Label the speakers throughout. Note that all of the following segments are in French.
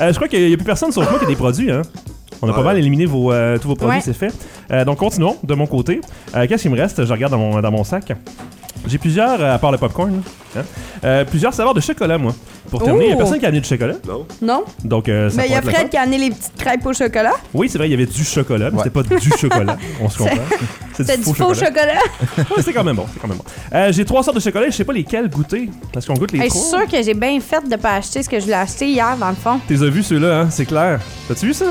Speaker 1: Euh, je crois qu'il n'y a plus personne sauf moi qui a des produits. Hein. On a pas
Speaker 2: Ah, Ouais.
Speaker 1: mal éliminé vos, euh, tous vos produits,
Speaker 3: Ouais.
Speaker 1: c'est fait. Euh, donc, continuons de mon côté. Euh, Qu'est-ce qu'il me reste Je regarde dans mon, dans mon sac. J'ai plusieurs, euh, à part le popcorn, là, hein, euh, plusieurs saveurs de chocolat, moi. Pour terminer, il n'y a
Speaker 3: Oh!
Speaker 1: personne qui a amené du chocolat.
Speaker 2: Non?
Speaker 3: Non?
Speaker 1: Donc, euh, ça
Speaker 3: Mais il
Speaker 1: pourrait
Speaker 3: y a
Speaker 1: être le
Speaker 3: Fred qui a amené les petites crêpes au chocolat.
Speaker 1: fun. Oui, c'est vrai, il y avait du chocolat, mais
Speaker 2: Ouais.
Speaker 1: c'était pas du chocolat. On se comprend.
Speaker 3: C'est du faux chocolat.
Speaker 1: Ouais, c'est quand même bon. c'est quand même bon. Euh, J'ai trois sortes de chocolat et je sais pas lesquels goûter. Parce qu'on goûte les
Speaker 3: Hey, Ben, je suis
Speaker 1: trois.
Speaker 3: sûre que j'ai bien fait de pas acheter ce que je voulais acheter hier, dans le fond.
Speaker 1: T'es as vu ceux-là, hein, c'est clair. T'as-tu vu ça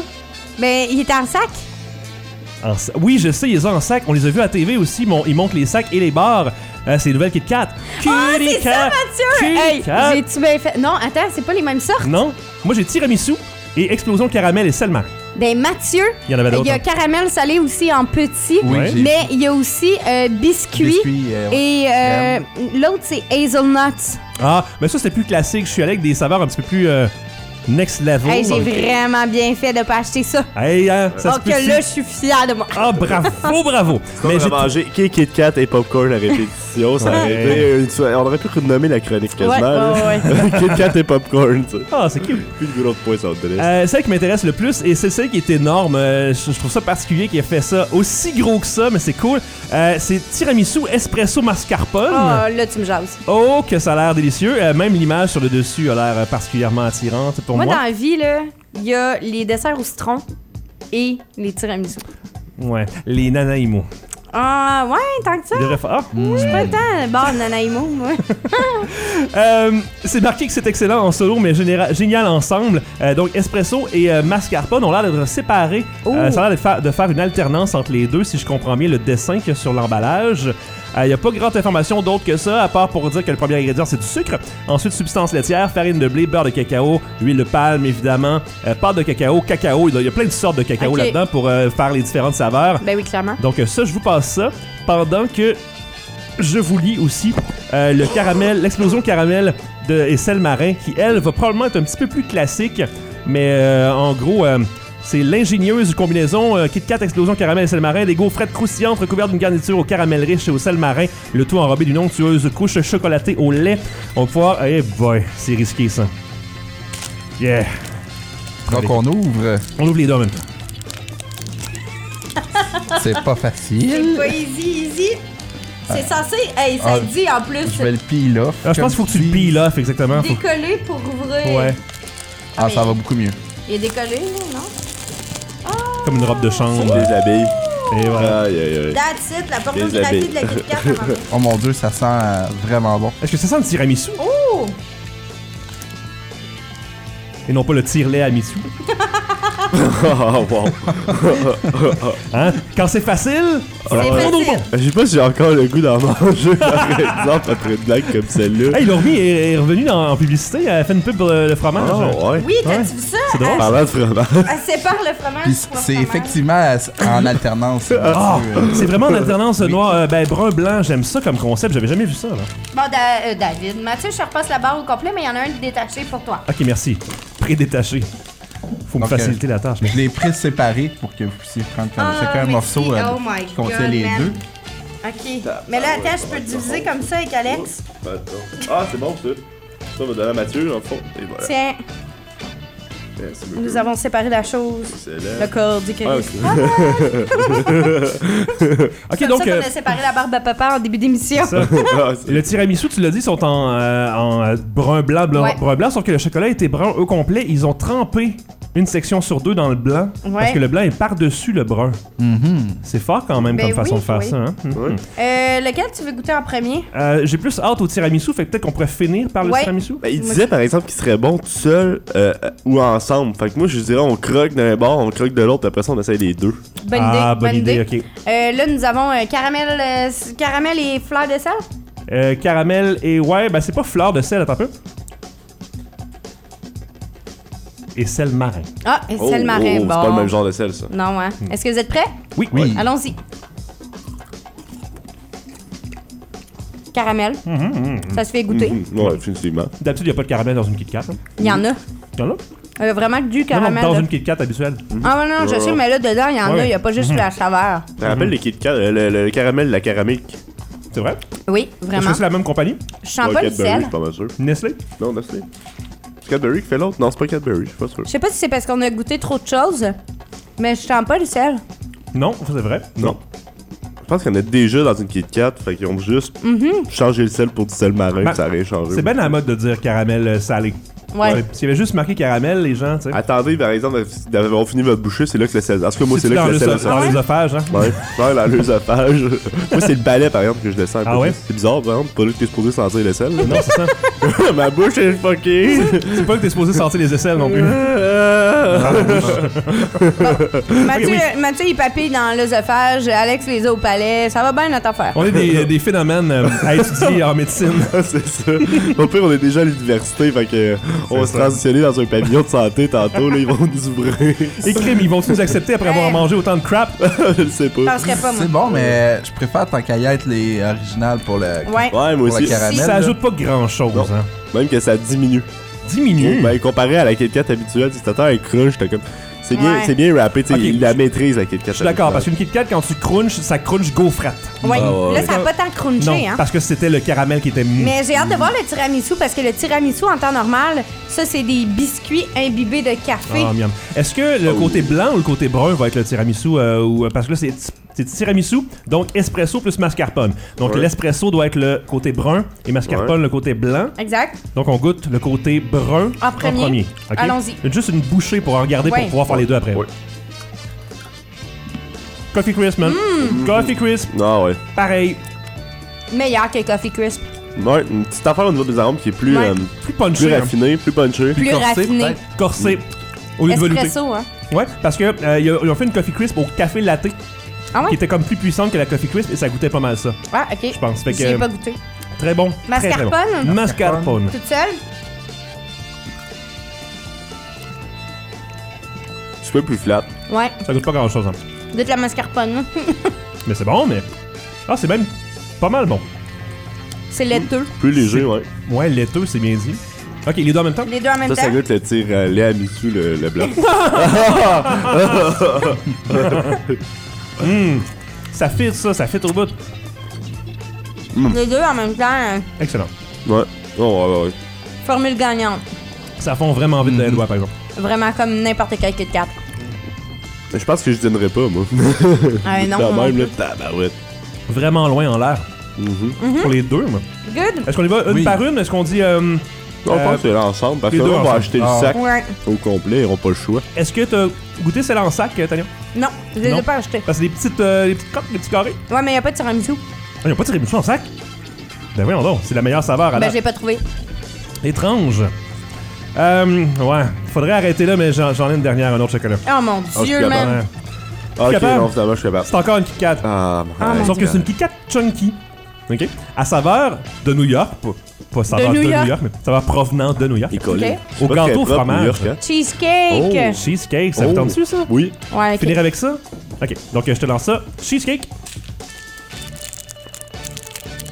Speaker 3: Mais il était en sac.
Speaker 1: En sa- Oui, je sais, ils les ont en sac. On les a vus à TV aussi. mon- Ils montent les sacs et les bars. Euh, c'est les nouvelles Kit Kat.
Speaker 3: Ah,
Speaker 1: Kitty
Speaker 3: c'est ça,
Speaker 1: Kat. Kitty
Speaker 3: Mathieu! Hey,
Speaker 1: Kat.
Speaker 3: j'ai-tu bien fait? Non, attends, c'est pas les mêmes sortes.
Speaker 1: Non, moi j'ai tiramisu et explosion caramel et seulement.
Speaker 3: Ben, Mathieu,
Speaker 1: Il y en avait
Speaker 3: il
Speaker 1: d'autres.
Speaker 3: y a
Speaker 1: hein.
Speaker 3: caramel salé aussi en petit.
Speaker 2: Oui,
Speaker 1: Ouais.
Speaker 2: j'ai
Speaker 3: Mais il y a aussi euh, biscuit.
Speaker 2: biscuits, euh,
Speaker 3: Et euh, l'autre, c'est hazelnuts.
Speaker 1: Ah, mais ça c'était plus classique. Je suis allé avec des saveurs un petit peu plus euh, next level.
Speaker 3: Hey, j'ai vraiment bien fait de pas acheter ça.
Speaker 1: Hey, hein, Oh, ça se
Speaker 3: Donc
Speaker 1: peut
Speaker 3: là, je suis fière de moi.
Speaker 1: Ah, bravo, bravo.
Speaker 2: Mais
Speaker 1: mais
Speaker 2: on a
Speaker 1: j'ai
Speaker 2: mangé Kit Kit Kat et popcorn à répétition, ça aurait
Speaker 1: Ouais.
Speaker 2: été une soirée- On aurait pu nommer la chronique
Speaker 3: Ouais,
Speaker 2: quasiment. là. Kit Kat et popcorn, tu sais.
Speaker 1: Ah, c'est cute.
Speaker 2: Plus de gros de points sur le téléphone.
Speaker 1: Euh, celle qui m'intéresse le plus, et c'est celle qui est énorme, euh, je, je trouve ça particulier qu'il ait fait ça aussi gros que ça, mais c'est cool. Euh, c'est tiramisu espresso mascarpone.
Speaker 3: Oh, là, tu me jases.
Speaker 1: Oh, que ça a l'air délicieux. Euh, même l'image sur le dessus a l'air euh, particulièrement attirante pour
Speaker 3: Moi,
Speaker 1: moi.
Speaker 3: dans la vie, là, il y a les desserts au citron et les tiramisu.
Speaker 1: Ouais, les nanaimo.
Speaker 3: Ah, ouais, tant que ça.
Speaker 1: Il devrait faire- Ah!
Speaker 3: Je suis pas tant bon, Nanaimo, moi.
Speaker 1: Euh, c'est marqué que c'est excellent en solo, mais généra- génial ensemble. Euh, donc, espresso et euh, mascarpone ont l'air d'être séparés.
Speaker 3: Oh.
Speaker 1: Euh, ça a l'air de, fa- de faire une alternance entre les deux, si je comprends bien le dessin qu'il y a sur l'emballage. Euh, Il n'y a pas grande information d'autre que ça, à part pour dire que le premier ingrédient, c'est du sucre. Ensuite, substance laitière, farine de blé, beurre de cacao, huile de palme, évidemment, euh, pâte de cacao, cacao. Il y a plein de sortes de cacao
Speaker 3: Ok.
Speaker 1: là-dedans pour euh, faire les différentes saveurs.
Speaker 3: Ben oui, clairement.
Speaker 1: Donc euh, ça, je vous passe ça pendant que je vous lis aussi euh, le caramel, l'explosion caramel de et sel marin, qui elle va probablement être un petit peu plus classique, mais euh, en gros. euh, c'est l'ingénieuse combinaison euh, Kit Kat explosion caramel et sel marin, des gaufrettes croustillantes recouvertes d'une garniture au caramel riche et au sel marin, le tout enrobé d'une onctueuse couche chocolatée au lait. On va pouvoir... Eh boy, c'est risqué ça. Yeah.
Speaker 4: Donc on ouvre.
Speaker 1: On ouvre les deux en même temps.
Speaker 4: C'est pas facile.
Speaker 3: C'est pas easy, easy. C'est censé. Hey, ça
Speaker 4: Ah,
Speaker 3: dit en plus.
Speaker 4: Je vais le peel off.
Speaker 1: Ah, je pense qu'il faut
Speaker 4: comme
Speaker 1: que tu le peel off, exactement. Faut-
Speaker 3: Décoller pour ouvrir.
Speaker 1: Ouais,
Speaker 4: Ah, ça va beaucoup mieux.
Speaker 3: Il est décollé, là, non?
Speaker 1: comme une robe de chambre.
Speaker 2: Les abeilles.
Speaker 1: Et voilà.
Speaker 2: Aïe, aïe, aïe.
Speaker 3: That's it, la
Speaker 2: abeilles.
Speaker 3: pornographie de la Kit Kat. à maman.
Speaker 4: Oh mon dieu, ça sent euh, vraiment bon.
Speaker 1: Est-ce que ça sent le tiramisu
Speaker 3: Oh!
Speaker 1: et non pas le tire-lait à Mitsou?
Speaker 2: Oh, wow.
Speaker 1: Hein? Quand c'est facile, c'est
Speaker 3: C'est facile.
Speaker 2: Je sais pas si j'ai encore le goût d'en manger, par exemple, après une blague comme celle-là.
Speaker 1: Hey, Lormi est, est revenu dans- en publicité, elle a fait une pub pour le, le fromage.
Speaker 2: Oh, ouais.
Speaker 3: Oui,
Speaker 1: Ouais.
Speaker 3: t'as-tu vu ça?
Speaker 1: C'est drôle.
Speaker 3: Elle-
Speaker 2: Parlant de fromage.
Speaker 3: Elle sépare le fromage.
Speaker 4: Puis
Speaker 3: pour le
Speaker 4: c'est
Speaker 3: fromage.
Speaker 4: effectivement euh, en alternance.
Speaker 1: Ah!
Speaker 4: Mathieu, euh,
Speaker 1: c'est vraiment en alternance noir, euh, ben brun blanc, j'aime ça comme concept, j'avais jamais vu ça là.
Speaker 3: Bon, Da- euh, David, Mathieu, je te repasse la barre au complet, mais il y en a un détaché pour toi.
Speaker 1: Ok, merci. Prédétaché. Faut me
Speaker 4: Donc,
Speaker 1: faciliter la tâche. mais-
Speaker 4: Je l'ai pris séparé pour que vous puissiez prendre comme-
Speaker 3: Ah,
Speaker 4: chacun un
Speaker 3: merci.
Speaker 4: morceau euh,
Speaker 3: Oh my
Speaker 4: qui contient
Speaker 3: God,
Speaker 4: les
Speaker 3: man.
Speaker 4: deux.
Speaker 3: OK. Mais là, attends, je peux te diviser comme ça avec Alex.
Speaker 2: Ah, c'est bon, ça. Ça va donner à Mathieu, en fond. Et voilà.
Speaker 3: Tiens,
Speaker 2: Merci beaucoup.
Speaker 3: nous avons séparé la chose.
Speaker 2: C'est là.
Speaker 3: Le corps du
Speaker 2: Ah,
Speaker 3: Christ.
Speaker 2: ok.
Speaker 1: Ok,
Speaker 3: C'est
Speaker 1: donc
Speaker 3: ça qu'on
Speaker 1: euh,
Speaker 3: a séparé la barbe à papa en début d'émission.
Speaker 1: ça.
Speaker 2: Ah, c'est-
Speaker 1: le tiramisu, tu l'as dit, sont en, euh, en, euh, brun blanc, blanc,
Speaker 3: Ouais.
Speaker 1: brun blanc, sauf que le chocolat était brun au complet. Ils ont trempé une section sur deux dans le blanc parce
Speaker 3: Ouais.
Speaker 1: que le blanc est par-dessus le brun.
Speaker 4: Mhm.
Speaker 1: C'est fort quand même
Speaker 3: Ben
Speaker 1: comme façon
Speaker 3: oui,
Speaker 1: de faire
Speaker 3: oui.
Speaker 1: ça. Hein? Mhm.
Speaker 2: Ouais.
Speaker 3: Euh, lequel tu veux goûter en premier?
Speaker 1: Euh, J'ai plus hâte au tiramisu, fait que peut-être qu'on pourrait finir par le
Speaker 3: Ouais.
Speaker 1: tiramisu.
Speaker 2: Ben, il disait par exemple qu'il serait bon tout seul euh, euh, ou ensemble. Fait que moi je dirais on croque d'un bord, on croque de l'autre, puis après ça on essaye les deux.
Speaker 3: Bonne
Speaker 1: ah,
Speaker 3: idée.
Speaker 1: bonne idée, ok.
Speaker 3: Euh, là, nous avons euh, caramel, euh, s- caramel et fleurs de sel.
Speaker 1: Euh, caramel et ouais, ben c'est pas fleur de sel, attends un peu. Et sel marin.
Speaker 3: Ah, et
Speaker 2: Oh,
Speaker 3: sel marin.
Speaker 2: oh,
Speaker 3: bon.
Speaker 2: C'est pas le même genre de sel ça.
Speaker 3: Non, hein.
Speaker 1: Hmm.
Speaker 3: Est-ce que vous êtes prêts?
Speaker 1: Oui,
Speaker 4: Oui.
Speaker 3: Allons-y. Caramel.
Speaker 1: Hmm,
Speaker 3: Ça se fait goûter.
Speaker 2: Mhm. Ouais, définitivement.
Speaker 1: D'habitude, il a pas de caramel dans une Kit Kat. hein.
Speaker 3: Il y en a.
Speaker 1: Y en a?
Speaker 3: Il y a vraiment du
Speaker 1: Non, non,
Speaker 3: caramel.
Speaker 1: dans
Speaker 3: là.
Speaker 1: une Kit Kat habituelle. Mm.
Speaker 3: Ah, ouais, non, je sais, mais là, dedans, il y en
Speaker 1: Ouais. Hmm.
Speaker 3: a. Il n'y a pas juste la saveur.
Speaker 2: Tu te rappelles les Kit Kat, euh, le, le caramel, la caramilk
Speaker 1: C'est vrai?
Speaker 3: Oui,
Speaker 1: Est-ce
Speaker 3: vraiment.
Speaker 1: que c'est la même compagnie?
Speaker 3: Je sens pas le
Speaker 2: Cadbury, je
Speaker 3: sel.
Speaker 2: suis pas mal sûr.
Speaker 1: Nestlé?
Speaker 2: Non, merci. C'est Cadbury qui fait l'autre? Non, c'est pas Cadbury, je suis pas sûr.
Speaker 3: Je sais pas si c'est parce qu'on a goûté trop de choses, mais je sens pas le sel.
Speaker 1: Non, c'est vrai.
Speaker 2: Non. Je pense qu'il y en a déjà dans une Kit Kat, fait qu'ils ont juste
Speaker 3: Mhm.
Speaker 2: changé le sel pour du sel marin,
Speaker 1: Ben,
Speaker 2: puis ça a rien changé.
Speaker 1: C'est bien à la mode de dire caramel euh, salé.
Speaker 3: Ouais.
Speaker 1: Ouais, S'il y avait juste marqué caramel, les gens, tu sais.
Speaker 2: Attendez, par exemple, d'avoir fini votre bouchée, c'est là que le sel. En tout cas, moi, Ah, c'est
Speaker 1: C'est-tu
Speaker 2: là
Speaker 1: dans
Speaker 2: que le sel a
Speaker 1: l'œso- dans
Speaker 2: sorti.
Speaker 1: l'œsophage, hein?
Speaker 2: Ouais, ouais, dans l'œsophage. moi, c'est le balai, par exemple, que je descends. un peu
Speaker 1: Ah ouais?
Speaker 2: plus. C'est bizarre, par exemple, pas là que t'es supposé sentir le sel. là.
Speaker 1: Non, c'est ça.
Speaker 2: Ma bouche est fuckée.
Speaker 1: C'est pas que t'es supposé sortir les aisselles non plus.
Speaker 3: Mathieu, Mathieu, il papille dans l'œsophage, Alex les a au palais, ça va bien notre affaire.
Speaker 1: On est des, des phénomènes euh, à étudier en médecine.
Speaker 2: c'est ça. Au pire, on est déjà à l'université, fait que euh, on va se
Speaker 1: ça.
Speaker 2: transitionner dans un pavillon de santé tantôt, là, ils vont nous ouvrir.
Speaker 1: Et crime, ils vont-tu nous accepter après avoir
Speaker 3: Ouais.
Speaker 1: mangé autant de crap?
Speaker 2: je le sais
Speaker 3: J'en
Speaker 2: pas.
Speaker 3: serais pas, moi.
Speaker 4: C'est bon, mais euh, je préfère tant qu'à y être les originales pour le.
Speaker 2: Ouais,
Speaker 3: Ouais.
Speaker 2: moi
Speaker 4: Pour
Speaker 2: aussi.
Speaker 4: la caramel.
Speaker 1: Ça ajoute pas grand-chose,
Speaker 2: Non.
Speaker 1: hein.
Speaker 2: Même que ça diminue.
Speaker 1: Diminue.
Speaker 2: Ben, comparé à la Kit Kat habituelle, si t'attends un crush, t'as comme. C'est bien,
Speaker 3: Ouais.
Speaker 2: c'est bien rappé, tu sais,
Speaker 1: Ok,
Speaker 2: il la maîtrise, la Kit Kat.
Speaker 1: Je suis d'accord, parce qu'une Kit Kat, quand tu crunches, ça crunche gaufrate.
Speaker 3: Ouais.
Speaker 2: Ah ouais,
Speaker 3: Là,
Speaker 2: ouais.
Speaker 3: ça a pas tant crunché,
Speaker 1: Non,
Speaker 3: hein.
Speaker 1: parce que c'était le caramel qui était mou.
Speaker 3: Mais j'ai hâte de voir le tiramisu parce que le tiramisu en temps normal, ça c'est des biscuits imbibés de café.
Speaker 1: Ah, miam. Est-ce que le
Speaker 2: Oh.
Speaker 1: côté blanc ou le côté brun va être le tiramisu euh, ou parce que là c'est c'est tiramisu donc espresso plus mascarpone. Donc
Speaker 2: Ouais.
Speaker 1: l'espresso doit être le côté brun et mascarpone le côté blanc.
Speaker 3: Exact.
Speaker 1: Donc on goûte le côté brun
Speaker 3: En premier.
Speaker 1: Ok?
Speaker 3: Allons-y.
Speaker 1: Juste une bouchée pour en regarder
Speaker 3: Ouais.
Speaker 1: pour pouvoir faire les deux après.
Speaker 2: Ouais.
Speaker 1: Coffee crisp man.
Speaker 3: Mmh.
Speaker 1: Coffee crisp
Speaker 2: Non, Ah ouais.
Speaker 1: pareil.
Speaker 3: Meilleur que Coffee Crisp.
Speaker 2: Ouais, une petite affaire au niveau des arômes qui est plus,
Speaker 3: Ouais.
Speaker 2: euh,
Speaker 1: Plus
Speaker 2: plus
Speaker 1: punché, hein.
Speaker 2: raffiné, plus punché.
Speaker 3: Plus
Speaker 4: corsé,
Speaker 3: raffiné.
Speaker 4: peut-être.
Speaker 1: corsé au lieu de velouté.
Speaker 3: Espresso, hein.
Speaker 1: Ouais, parce que euh, ils ont- ils ont fait une coffee crisp au café latte
Speaker 3: Ah
Speaker 1: qui
Speaker 3: ouais?
Speaker 1: était comme plus puissante que la coffee crisp et ça goûtait pas mal ça.
Speaker 3: Ah, ok. Je
Speaker 1: pense, fait que-
Speaker 3: J'ai pas goûté.
Speaker 1: Très bon. très, très bon.
Speaker 3: Mascarpone?
Speaker 1: Mascarpone.
Speaker 3: Toute seule?
Speaker 2: Un petit peu plus flat.
Speaker 3: Ouais.
Speaker 1: Ça goûte pas grand chose, hein.
Speaker 3: De la mascarpone. hein.
Speaker 1: Mais c'est bon, mais. Ah, c'est même pas mal bon.
Speaker 3: c'est les deux.
Speaker 2: Plus léger, ouais.
Speaker 1: Ouais, laiteux, c'est bien dit. Ok, les deux en même temps.
Speaker 3: Les deux en même
Speaker 2: Ça, ça
Speaker 3: temps.
Speaker 2: goûte le tir euh, lait à Missou, le, le blanc.
Speaker 1: Ça fit, ça, ça fit au bout.
Speaker 3: Les deux en même temps. hein.
Speaker 1: Excellent.
Speaker 2: ouais. Oh, ouais, ouais, ouais.
Speaker 3: Formule gagnante.
Speaker 1: Ça fond vraiment envie de donner le doigt, par exemple.
Speaker 3: Vraiment comme n'importe quel Kit Kat.
Speaker 2: Mais Je pense que je donnerais pas, moi.
Speaker 3: Ah non.
Speaker 2: Quand
Speaker 3: non.
Speaker 2: même, là, tabarouette.
Speaker 1: Euh, Vraiment loin en l'air.
Speaker 3: Mhm.
Speaker 1: Pour les deux, moi.
Speaker 3: Good.
Speaker 1: Est-ce qu'on y va une
Speaker 4: Oui.
Speaker 1: par une Est-ce qu'on dit. euh,
Speaker 2: Non, je
Speaker 1: Euh,
Speaker 2: pense que c'est l'ensemble, parce
Speaker 1: les
Speaker 2: que là,
Speaker 1: deux
Speaker 2: on va
Speaker 1: ensemble.
Speaker 2: acheter le
Speaker 4: Ah.
Speaker 2: sac
Speaker 3: Ouais.
Speaker 2: au complet, ils n'auront pas le choix.
Speaker 1: Est-ce que t'as goûté celle en sac, euh, Tania
Speaker 3: Non, je les
Speaker 1: Non.
Speaker 3: ai pas achetés.
Speaker 1: Parce que des petites, euh, des petites coques, des petits carrés.
Speaker 3: Ouais, mais y a pas de tiramisu.
Speaker 1: Ah, ils ont pas tiré beaucoup en sac Ben voyons donc, c'est la meilleure saveur à
Speaker 3: Ben,
Speaker 1: la...
Speaker 3: je l'ai pas trouvé.
Speaker 1: Étrange. Euh, ouais, faudrait arrêter là, mais j'en j'en ai une dernière, un autre chocolat.
Speaker 3: Oh mon
Speaker 2: je suis
Speaker 3: dieu,
Speaker 2: capable.
Speaker 3: man.
Speaker 1: Ouais.
Speaker 2: Ah, ok,
Speaker 1: capable?
Speaker 2: non, finalement, je suis capable.
Speaker 1: C'est encore une Kit Kat.
Speaker 2: Ah,
Speaker 3: Ah,
Speaker 2: ouais.
Speaker 3: mon
Speaker 1: Sauf que c'est une Kit Kat Chunky. OK? À saveur de New York. Pas, pas saveur de,
Speaker 3: New
Speaker 1: New, York.
Speaker 3: York.
Speaker 1: mais saveur provenant de New York.
Speaker 2: Il est collé.
Speaker 3: Ok.
Speaker 2: C'est
Speaker 1: Au
Speaker 2: pas
Speaker 1: gâteau
Speaker 2: très
Speaker 1: au
Speaker 2: propre,
Speaker 1: fromage.
Speaker 2: New York, hein?
Speaker 3: Cheesecake.
Speaker 1: Cheesecake, ça
Speaker 2: Oh.
Speaker 1: vous tente dessus, ça?
Speaker 2: Oui.
Speaker 3: Ouais, ok.
Speaker 1: Finir avec ça? OK, donc euh, je te lance ça. Cheesecake.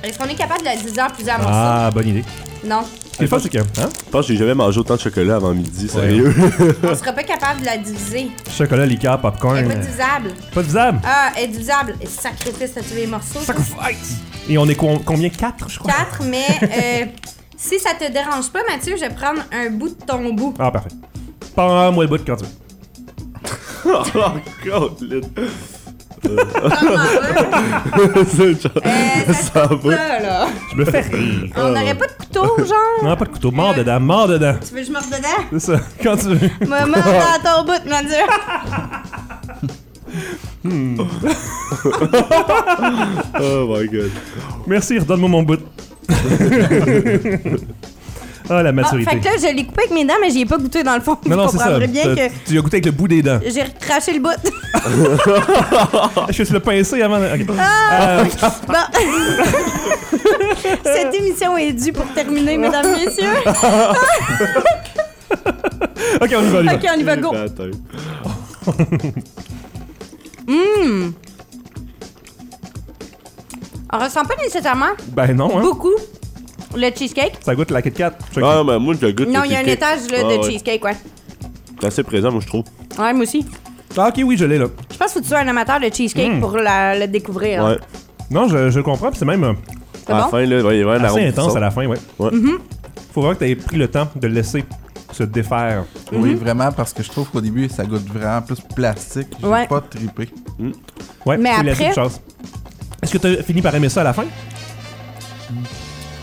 Speaker 3: Est-ce qu'on est capable de la diviser en plusieurs morceaux?
Speaker 1: Ah, bonne idée.
Speaker 3: Non.
Speaker 1: Ce qui est fun, c'est que... Hein?
Speaker 2: Je pense que j'ai jamais mangé autant de chocolat avant midi, sérieux.
Speaker 3: On sera pas capable de la diviser.
Speaker 1: Chocolat, liqueur, popcorn.
Speaker 3: Elle est pas
Speaker 1: euh,
Speaker 3: divisable.
Speaker 1: Pas visable.
Speaker 3: Ah, elle est divisable. Et sacrifice, t'as tué les morceaux.
Speaker 1: Sacrifice. Et on est co- combien? Quatre, je crois?
Speaker 3: Quatre, mais euh, si ça te dérange pas, Mathieu, je vais prendre un bout de ton bout.
Speaker 1: Ah, parfait. Prends-moi le bout quand tu veux.
Speaker 2: Oh, God, là.
Speaker 3: Comme on veut. Eh,
Speaker 2: C'est genre-
Speaker 3: Euh,
Speaker 2: Ça va.
Speaker 3: ça, là.
Speaker 1: Je me fais rire.
Speaker 3: On n'aurait pas de couteau, genre.
Speaker 1: Non, pas de couteau. Mort dedans, mort dedans.
Speaker 3: Tu veux que je morde dedans?
Speaker 1: C'est ça, quand tu veux.
Speaker 3: Maman, dans ton bout, Mathieu.
Speaker 2: Oh, my God.
Speaker 1: Merci, redonne-moi mon bout. ah, la
Speaker 3: Ah,
Speaker 1: maturité.
Speaker 3: fait que là, je l'ai coupé avec mes dents, mais j'y ai pas goûté dans le fond.
Speaker 1: non, non,
Speaker 3: Vous
Speaker 1: c'est ça.
Speaker 3: comprendrez bien
Speaker 1: T'as-
Speaker 3: que
Speaker 1: Tu as goûté avec le bout des dents.
Speaker 3: j'ai recraché le bout. Ah.
Speaker 1: Je suis le pincé avant. de- ok.
Speaker 3: bon. Cette émission est due pour terminer, mesdames, messieurs.
Speaker 1: ok, on y va, on y va.
Speaker 3: Ok, on y va, go.
Speaker 2: Attends.
Speaker 3: On ressent pas nécessairement
Speaker 1: Ben non, hein.
Speaker 3: beaucoup le cheesecake.
Speaker 1: Ça goûte la Kit Kat. Check.
Speaker 2: Ah, mais moi, je le goûte.
Speaker 3: Non,
Speaker 2: le
Speaker 3: il y a un
Speaker 2: cheesecake.
Speaker 3: étage là,
Speaker 2: Ah,
Speaker 3: de
Speaker 2: ouais.
Speaker 3: cheesecake, ouais.
Speaker 2: C'est assez présent, moi, je trouve.
Speaker 3: Ouais, moi aussi.
Speaker 1: Ah, ok, oui, je l'ai là.
Speaker 3: Je pense que tu sois un amateur de cheesecake pour la- le découvrir.
Speaker 2: Mm. Ouais.
Speaker 1: Non, je, je le comprends, puis c'est même euh,
Speaker 3: C'est
Speaker 2: À la
Speaker 3: bon?
Speaker 2: fin, là, il y a vraiment un
Speaker 1: assez
Speaker 2: arôme qui
Speaker 1: intense
Speaker 2: sort.
Speaker 3: Mm-hmm.
Speaker 1: à la fin, ouais.
Speaker 2: Ouais.
Speaker 1: Faut vraiment que t'aies pris le temps de le laisser se défaire.
Speaker 4: Oui, vraiment, parce que je trouve qu'au début, ça goûte vraiment plus plastique. J'ai
Speaker 3: Ouais.
Speaker 4: pas trippé.
Speaker 1: Ouais,
Speaker 3: Mais
Speaker 1: c'est la
Speaker 3: après-
Speaker 1: seule chose. Est-ce que tu as fini par aimer ça à la fin?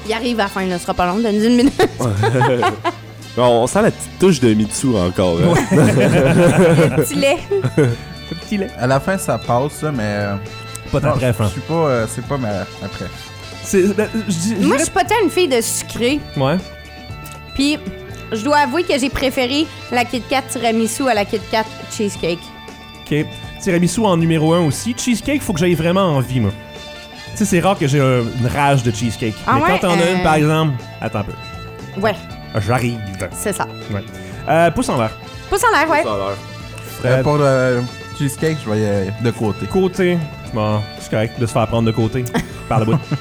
Speaker 3: Il arrive à la fin, là, ce sera pas long, donne une minute.
Speaker 2: On, on sent la petite touche de Mitsu encore. hein.
Speaker 3: Le petit lait.
Speaker 1: Ce petit lait.
Speaker 4: À la fin, ça passe, là, mais. euh,
Speaker 1: Pas ta
Speaker 4: non,
Speaker 1: préf, hein.
Speaker 4: Je suis pas. euh, c'est pas ma, ma préf.
Speaker 1: C'est- ben, je dis- je
Speaker 3: Moi,
Speaker 1: dirais-
Speaker 3: je suis pas tant une fille de sucré.
Speaker 1: Ouais.
Speaker 3: Puis, je dois avouer que j'ai préféré la Kit Kat tiramisu à la Kit Kat cheesecake.
Speaker 1: Ok. Tiramisu en numéro 1 aussi. Cheesecake, faut que j'aille vraiment envie, moi. Tu sais, c'est rare que j'ai un- une rage de cheesecake.
Speaker 3: Ah
Speaker 1: Mais
Speaker 3: ouais,
Speaker 1: quand t'en as
Speaker 3: euh,
Speaker 1: une, par exemple, attends un peu.
Speaker 3: Ouais,
Speaker 1: J'arrive.
Speaker 3: c'est ça.
Speaker 1: Ouais. Euh, pouce en l'air.
Speaker 3: Pouce en l'air, ouais.
Speaker 2: Ça a l'air.
Speaker 1: Euh,
Speaker 4: Euh, pour le cheesecake, je voyais de côté.
Speaker 1: Côté. Bon, c'est correct de se faire prendre de côté par la bout.